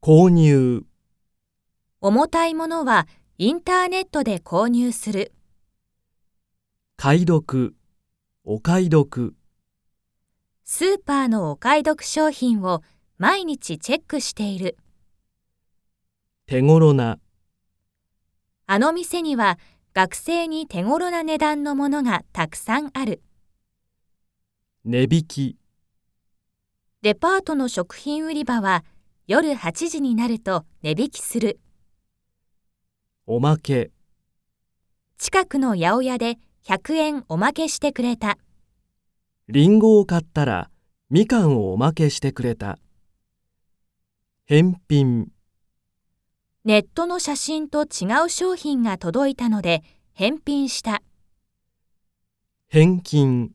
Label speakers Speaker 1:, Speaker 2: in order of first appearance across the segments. Speaker 1: 購入、
Speaker 2: 重たいものはインターネットで購入する。
Speaker 1: 買い得、お買い得、
Speaker 2: スーパーのお買い得商品を毎日チェックしている。
Speaker 1: 手頃な、
Speaker 2: あの店には学生に手頃な値段のものがたくさんある。
Speaker 1: 値引き、
Speaker 2: デパートの食品売り場は夜8時になると値引きする。
Speaker 1: おまけ、
Speaker 2: 近くの八百屋で100円おまけしてくれた。
Speaker 1: リンゴを買ったらみかんをおまけしてくれた。返品、
Speaker 2: ネットの写真と違う商品が届いたので返品した。
Speaker 1: 返金、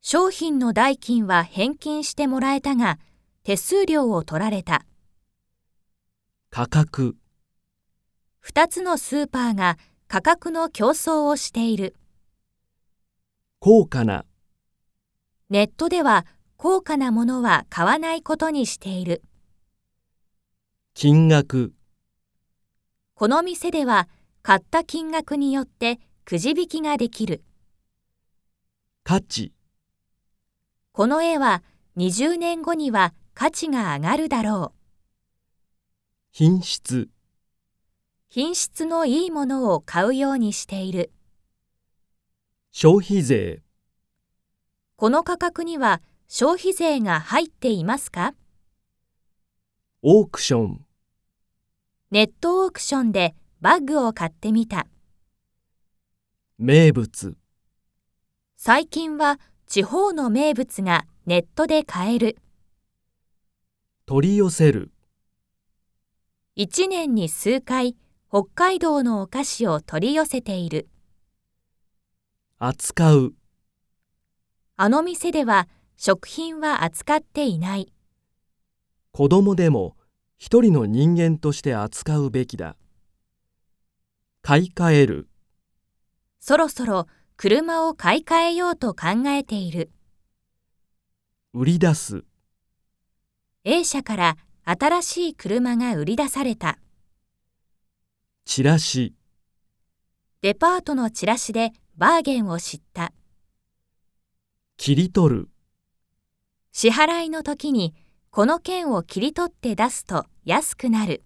Speaker 2: 商品の代金は返金してもらえたが手数料を取られた。
Speaker 1: 価格、
Speaker 2: 2つのスーパーが価格の競争をしている。
Speaker 1: 高価な、
Speaker 2: ネットでは高価なものは買わないことにしている。
Speaker 1: 金額、
Speaker 2: この店では買った金額によってくじ引きができる。
Speaker 1: 価値、
Speaker 2: この絵は20年後には価値が上がるだろう。
Speaker 1: 品質、
Speaker 2: 品質のいいものを買うようにしている。
Speaker 1: 消費税、
Speaker 2: この価格には消費税が入っていますか
Speaker 1: オークション、
Speaker 2: ネットオークションでバッグを買ってみた。
Speaker 1: 名物、
Speaker 2: 最近は地方の名物がネットで買える。
Speaker 1: 取り寄せる、
Speaker 2: 1年に数回北海道のお菓子を取り寄せている。
Speaker 1: 扱う、
Speaker 2: あの店では食品は扱っていない。
Speaker 1: 子供でも一人の人間として扱うべきだ。買い替える、
Speaker 2: そろそろ車を買い替えようと考えている。
Speaker 1: 売り出す、
Speaker 2: A 社から新しい車が売り出された。
Speaker 1: チラシ、
Speaker 2: デパートのチラシでバーゲンを知った。
Speaker 1: 切り取る、
Speaker 2: 支払いの時にこの券を切り取って出すと安くなる。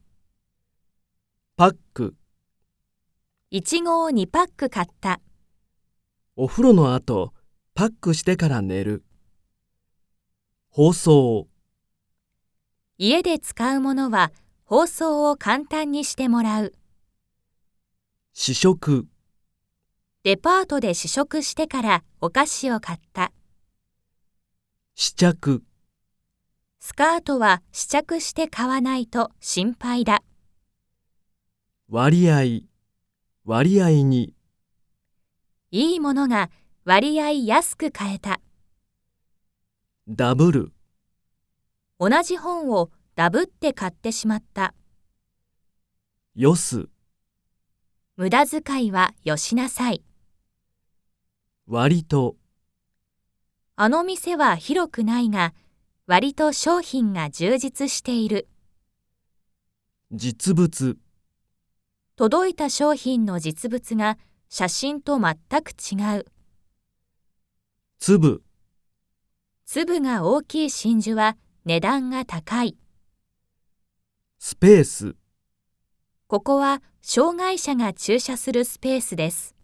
Speaker 1: パック、
Speaker 2: いちごを2パック買った。
Speaker 1: お風呂の後、パックしてから寝る。包装、
Speaker 2: 家で使うものは包装を簡単にしてもらう。
Speaker 1: 試食、
Speaker 2: デパートで試食してからお菓子を買った。
Speaker 1: 試着、
Speaker 2: スカートは試着して買わないと心配だ。
Speaker 1: 割合、割合に、
Speaker 2: いいものが割合安く買えた。
Speaker 1: ダブル、
Speaker 2: 同じ本をダブって買ってしまった。
Speaker 1: よす、
Speaker 2: 無駄遣いはよしなさい。
Speaker 1: 割と、
Speaker 2: あの店は広くないが、割と商品が充実している。
Speaker 1: 実物、
Speaker 2: 届いた商品の実物が写真と全く違う。
Speaker 1: 粒、
Speaker 2: 粒が大きい真珠は値段が高い。
Speaker 1: スペース。
Speaker 2: ここは障害者が駐車するスペースです。